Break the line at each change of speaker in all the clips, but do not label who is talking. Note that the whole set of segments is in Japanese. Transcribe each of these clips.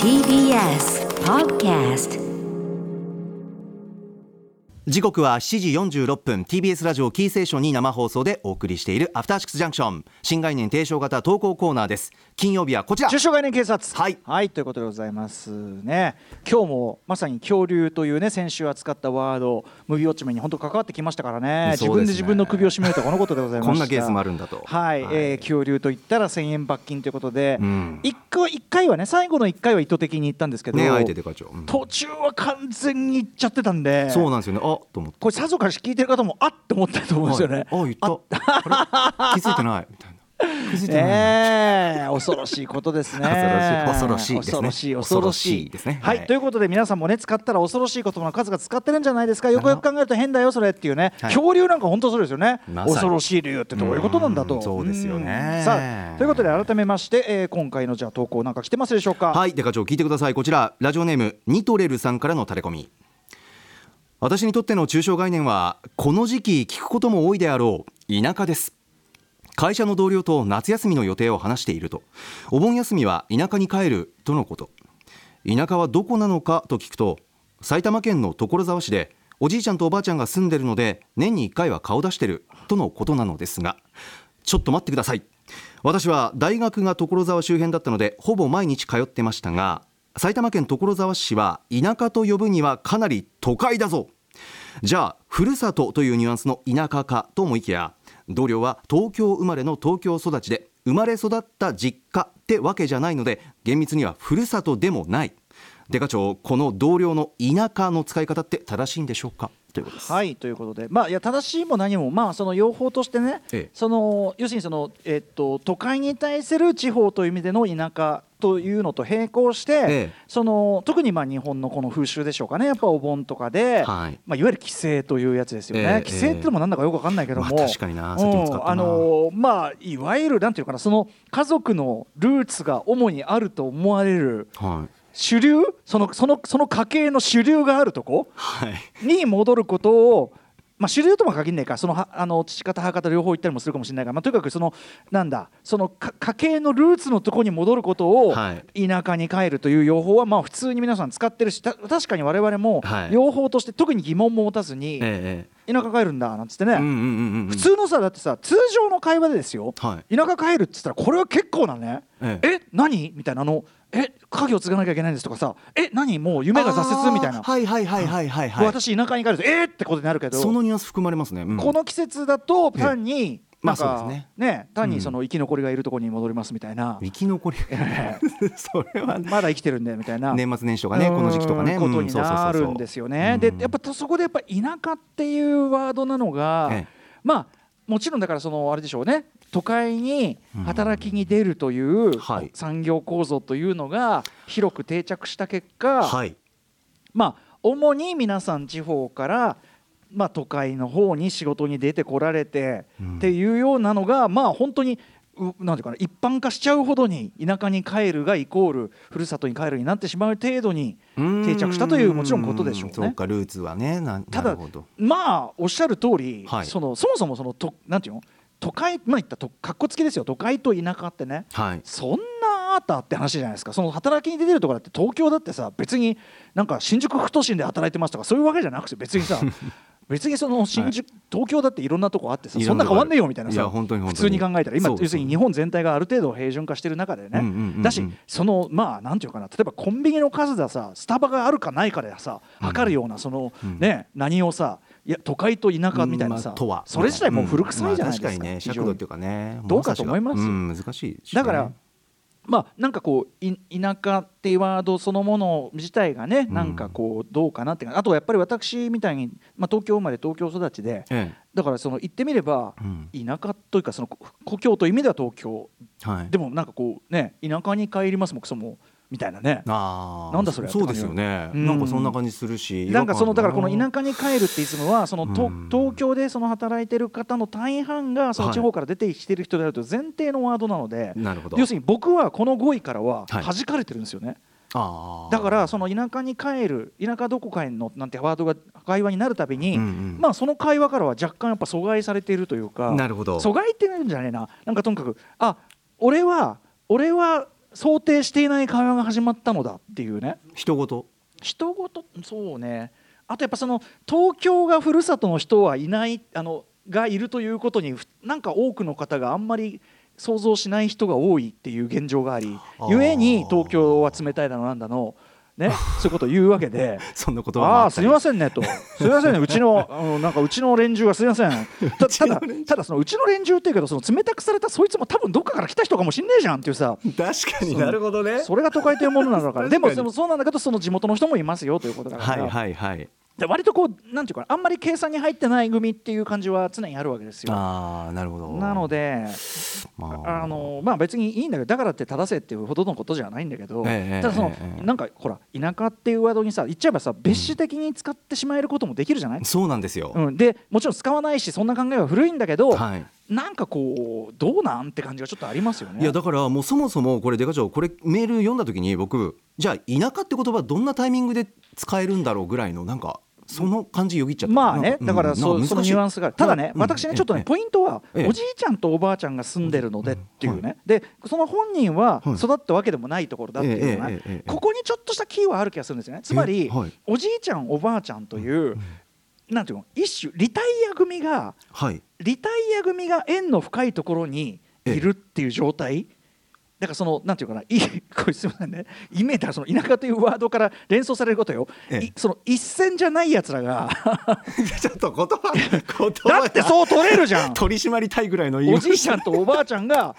TBS Podcast
時刻は7時46分 TBS ラジオキーセーションに生放送でお送りしているアフターシックスジャンクション新概念提唱型投稿コーナーです金曜日はこちら
中小概念警察
はい
ということでございますね今日もまさに恐竜というね先週扱ったワードムビウォッチメンに本当関わってきましたからね
そうですね
自分で自分の首を絞めるとはこのことでございました
こんなケースもあるんだと
はい、
はい
えー恐竜と言ったら1000円罰金ということで、
うん
一個一回はね最後の一回は意図的に言ったんですけど、
ね相手で課長、うん
途中は完全に行っちゃってたんで
そうなんですよねあと思って
これさぞかし聞いてる方もあっと思ったと思うんですよね、
はいあ言ったあれ気づいてないみたいな気づいてないな、
ええ恐ろしいことですね
恐ろしい恐ろ
恐
しい
ろしい
ですね
恐ろし
恐ろしい
い
ですね
はい、
はい
ということで皆さんもね使ったら恐ろしい言葉の数が使ってるんじゃないですかよくよく考えると変だよそれっていうね、
はい
恐竜なんか本当そうですよね
まさに
恐ろしい理由ってどういうことなんだ
う
と
んそうですよね
うんさあということで改めまして、えー今回のじゃあ投稿なんか来てますでしょうか
はいで課長聞いてくださいこちらラジオネームニトレルさんからのタレコミ私にとっての抽象概念はこの時期聞くことも多いであろう田舎です会社の同僚と夏休みの予定を話しているとお盆休みは田舎に帰るとのこと田舎はどこなのかと聞くと埼玉県の所沢市でおじいちゃんとおばあちゃんが住んでるので年に1回は顔出してるとのことなのですがちょっと待ってください私は大学が所沢周辺だったのでほぼ毎日通ってましたが埼玉県所沢市は田舎と呼ぶにはかなり都会だぞじゃあふるさとというニュアンスの田舎かと思いきや同僚は東京生まれの東京育ちで生まれ育った実家ってわけじゃないので厳密にはふるさとでもないデカ長この同僚の田舎の使い方って正しいんでしょうかということです、
はいということで、まあ、いや正しいも何も、まあ、その用法としてね、
ええ
その要するにその、えっと都会に対する地方という意味での田舎というのと並行して、
ええ
その特にまあ日本のこの風習でしょうかねやっぱお盆とかで、
はい
まあ、いわゆる帰省というやつですよね、
ええ
帰省ってのもなんだかよく分かんないけども、
まあ確かにな
うん
さっきも使ったな
あのまあ、いわゆるなんていうかなその家族のルーツが主にあると思われる
は
主流そのそのその家系の主流があるとこ
い、はい
に戻ることを、まあ、主流とも限らないかそのはあの父方母方両方行ったりもするかもしれないから、まあ、とにかくそのなんだそのか家系のルーツのとこに戻ることを
は
田舎に帰るという用法はまあ普通に皆さん使ってるした確かに我々も
はい
用法として特に疑問も持たずに
え
田舎帰るんだなんつってね、
えうんうんうんうん
普通のさだってさ通常の会話でですよ、
はい
田舎帰るっつったらこれは結構なね
ええ
え何みたいなあのえ家業継がなきゃいけないんですとかさえ何もう夢が挫折みたいな
あーはいはいはいはいはいはい
私田舎に帰るとえー、ってことになるけど
そのニュアンス含まれますね、うん
この季節だと単に
まあ
なん
そ
か
うですね
ね単にその生き残りがいるところに戻りますみたいな、
生き残 りそれは
まだ生きてるんでみたいな。
年末年始とかねこの時期とかね
うんことになるんですすよね。でやっぱそこでやっぱ田舎っていうワードなのが、
ええ
まあもちろんだからそのあれでしょうね都会に働きに出るという
はい
産業構造というのが広く定着した結果、
はい
まあ、主に皆さん地方から、まあ、都会の方に仕事に出てこられて、
うん
っていうようなのが、まあ、本当に。うなんていうかな一般化しちゃうほどに田舎に帰るがイコールふるさとに帰るになってしまう程度に定着したというもちろんことでしょうね。
そうかルーツはねな
た
な
だ
るほど
まあおっしゃる通り、
はい
そのそもそもそのとなんていうの都会まあ言ったとかっこつきですよ都会と田舎ってね
はい
そんなあったって話じゃないですかその働きに出てるところだって東京だってさ別になんか新宿副都心で働いてますとかそういうわけじゃなくて別に さ別にその新宿、東京だっていろんなとこあってさ
い
そ
ろ
ん
んな
な
とこ
変
ある
わんねえよみたいないさ
や本当に本
普
当
通
に
に考えたら今
そうそう
要するに日本全体がある程度平準化してる中でね、
うんうんうんうん
だしそのまあなんていうかな例えばコンビニの数ださスタバがあるかないかでさ測るようなその、ね何をさいや都会と田舎みたいなさ、
うんまあとは
それ自体もう古臭いじゃないですか,、
うんまあ確かにね尺度っていうかね
どうかと思いますよ
うん難しいしね
だから、まあ、なんかこうい田舎っていうワードそのもの自体がね、なんかこうどうかなっていうかあとはやっぱり私みたいに、まあ、東京生まれ東京育ちで
え
だからその言ってみれば、
うん
田舎というかその故故郷という意味では東京
えはい
で
も
もなんかこうね田舎に帰りますもクソもみたいなね。
あー
なんだそれ
そうですよね
うん
なんかそんな感じするし
なんかその
違
だ
和
か
感
らこの田舎に帰るってイズムはそのと
うん
東京でその働いてる方の大半がそ
は
の
い
地方から出てきてる人であるという前提のワードなので、
なるほど
要するに僕はこの5位からは
はい
弾かれてるんですよね、
あー
だからその田舎に帰る田舎どこかへのなんてワードが会話になるたびに、
うんうん
まあその会話からは若干やっぱ阻害されているというか
なるほど
阻害ってなんじゃねえななんかとにかくあ俺は俺は想定していない会話が始まったのだっていうね
人事
人ごとそうねあとやっぱその東京がふるさとの人はいないあのがいるということにふなんか多くの方があんまり想像しない人が多いっていう現状があり
あー
ゆえに東京は冷たいだのなんだの、 ね、そういうことを言うわけで。
そんなこと
ああーすみま
せん
せんねと、すみませんね、うちの、あのなんかうちの連中がすみません、たただ、ただそのうちの連中っていうけど、その冷たくされたそいつも多分どっかから来た人かもしんねえじゃんっていうさ、
確かになるほどね
それが都会というものなのだからで も
確かに
でもそうなんだけどその地元の人もいますよということだか
はい
ら、
はいはい
で割とこうなんていうかなあんまり計算に入ってない組っていう感じは常にあるわけですよ。
ああなるほど
なので
まあ
あのまあ別にいいんだけどだからって正せっていうほどのことじゃないんだけど、
ええ
ただその、
ええええ
なんかほら田舎っていうワードにさ言っちゃえばさ蔑視的に使ってしまえることもできるじゃない、
そうなんですよ、
うん、でもちろん使わないしそんな考えは古いんだけど、
はい
なんかこうどうなんって感じがちょっとありますよね。
いやだからもうそもそもこれデカ長これメール読んだ時に僕じゃあ田舎って言葉どんなタイミングで使えるんだろうぐらいのなんかその感じよぎっちゃった
まあね、
うん
だからそ,、
なん
そのニュアンスがあるただね、
うん
私ねちょっと
え
ね、
え
ポイントは、
ええ
おじいちゃんとおばあちゃんが住んでるのでっていうね、
うんは
でその本人は
はい
育ったわけでもないところだっていうのが、
ええええええ
ここにちょっとしたキーはある気がするんですよねつまり、
えはい
おじいちゃんおばあちゃんという、なんていうの一種リタイア組が
はい
リタイア組が縁の深いところにいるっていう状態、だからそのなんていうかない これすみませんねイメージはその田舎というワードから連想されることよ、
ええ
いその一線じゃないやつらが
いやちょっと言葉言葉
だ
が
ってそう取れるじゃん
取り締まりたいぐらいの言い
お
回し
じいちゃんとおばあちゃんが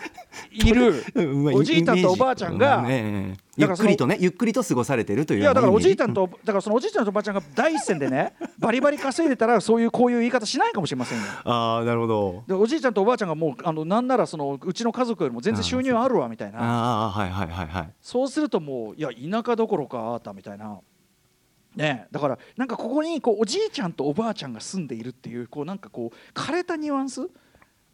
いる
うんまあ
おじいちゃん
イメ
と
ージ
おばあちゃん
う
が
ええええ
だ
ゆ
か
っ
らそ
く
の
りとねゆっくりと過ごされてるという
い
よう
や
な
だから
意
お
味で
じいちゃんとだからそのおじいちゃんとおばあちゃんが第一線でね バリバリ稼いでたらそういうこういう言い方しないかもしれませんよ。
ああなるほど
でおじいちゃんとおばあちゃんがもうあのなんならそのうちの家族よりも全然収入あるわみたいな
ああはいはいはいはい
そうするともういや田舎どころかあーたみたいな。ねえ、だからなんかここにこうおじいちゃんとおばあちゃんが住んでいるっていうこうなんかこう枯れたニュアンス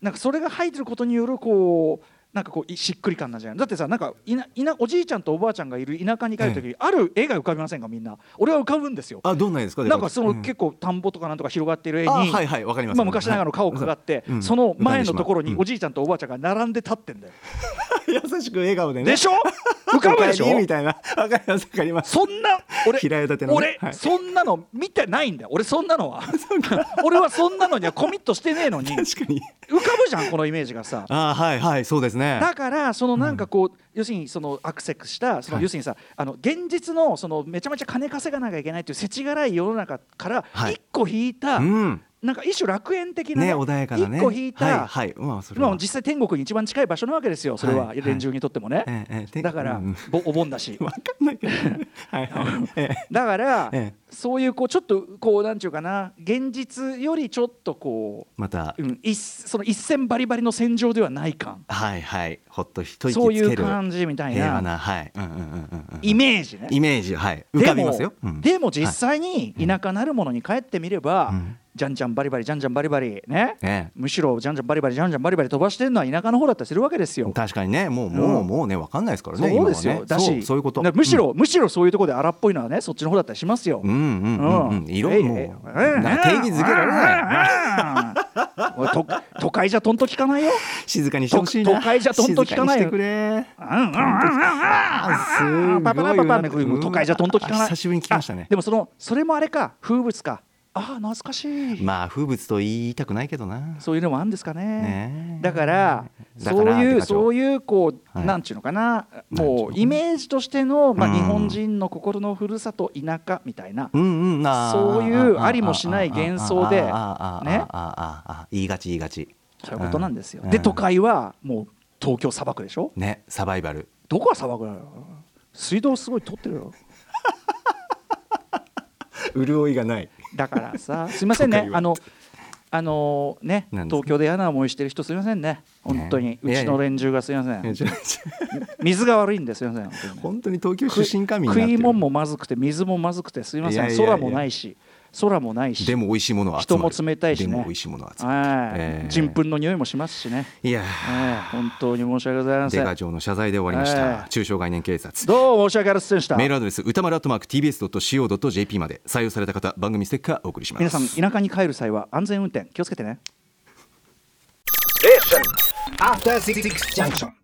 なんかそれが入ってることによるこうなんかこういしっくり感なんじゃないだってさなんかいないなおじいちゃんとおばあちゃんがいる田舎に帰る時、ある絵が浮かびませんかみんな俺は浮かぶんですよ
あどんなんですか
なんかその
うん
結構田んぼとかなんとか広がってる絵に、
あはいはいわかります
まあ、昔ながらの家屋があって、
うん
その前のところに
うん
おじいちゃんとおばあちゃんが並んで立ってんだよ、
優しく笑顔でね
でしょ浮かぶでしょ
お帰りみたいなわかりますわかります
そんな俺
平屋建てのね
俺、
はい
そんなの見てないんだよ俺そんな のは俺はそんなのにはコミットしてねえのに浮か
確かに
ぶじゃんこのイメージがさ
ああはいはいそうですね
だからそのなんかこう、要するにそのアクセスしたその
はい
要するにさ、あの現実のそのめちゃめちゃ金稼がなきゃいけないっていう世知辛い世の中から
はい
一個引いた、
うん
なんか一種楽園的なね
ね穏やかなね
一個引いた、
はいはいまあそれ
まあ
は
実際天国に一番近い場所なわけですよそれは
はい
連中にとってもね、
ええええ
だか
う
ら、
ん
ぼお盆だし
わかんないけどねはいはいええ
だから、
ええ
そういうこうちょっとこうなんていうかな現実よりちょっとこ
また
う、うん、一その一線バリバリの戦場ではない感
はいはいほっと一息つ
そうい
け
う
る
感じみたい
平和
な
なはいうんうんうんうんうん
イメージね。
イメージはい浮かびますよ
でも,、
うん
でも実際に田舎なるものに帰ってみれば、
うん
じゃんじゃんバリバリじゃんじゃんバリバリね
ね
むしろじゃんじゃんバリバリじゃんじゃんバリバリ飛ばしてるのは田舎の方だったりするわけですよ。
確かにねもうも
う
うんもうねわかんないですからね
そうですよ、
今はね
だ
そ
し
うそういうこと
だからむしろ、むしろそういうところで荒っぽいのはねそっちの方だったりしますよ。
うんうんうんうんいろ
えい
もう
え
な定義づけられない
うん おいと都会じゃとんと聞かないよ。
静かにしてほしいな
都会じゃどんどん聞かない
静にして
よ
くれ
うんうんうんうんうんパパパパパねこういう都会じゃとんと聞かない。
久しぶりに聞きましたね
あでもそのそれもあれか風物か。ああ懐かしい。
まあ風物と言いたくないけどな
そういうのもあるんですかね
ね。え
だから
だ
そ
か
う
らっ
い
て
う
課長
そういうこう、
はい
なんちゅうのかな
なんちゅう
も
の
うイメージとしてのまあ
うん
日本人の心の故郷田舎みたいな。
うんうんあー
そういうありもしない
あー
幻想で
あーあーあー
ね
あーあーあーあー言いがち言いがち
そういうことなんですよ。
うん
で都会はもう東京砂漠でしょ
ねサバイバル
どこが砂漠なの水道すごい取ってるよ
潤いがない
だからさ すいません
都
ね
会は
あのあのね
なんですか
東京で嫌な思いしてる人すいませんね本当に
ねいうや
ち
いや
の連中がすいません水が悪いんですいません本当に
本当に東京出身かみんな
食いもんもまずくて水もまずくてすいませ
いやい
ん
やいや
空もないし空もないし
でも美味しいものは集
人
ま
も
る
冷たいしね
でも美味しいものは集まる
はい
ええ
人糞の匂いもしますしね
いや
ええ本当に申し訳ございま
ー
せ
デ
ん
カ長の謝罪で終わりまし
え
た
え
中小概念警察
どうも申し訳ありませんでした
メールアドレス歌丸アットマーク TBS.CO.JP まで採用された方番組ステッカーお送りします
皆さん田舎に帰る際は安全運転気をつけてね
After Six Junction.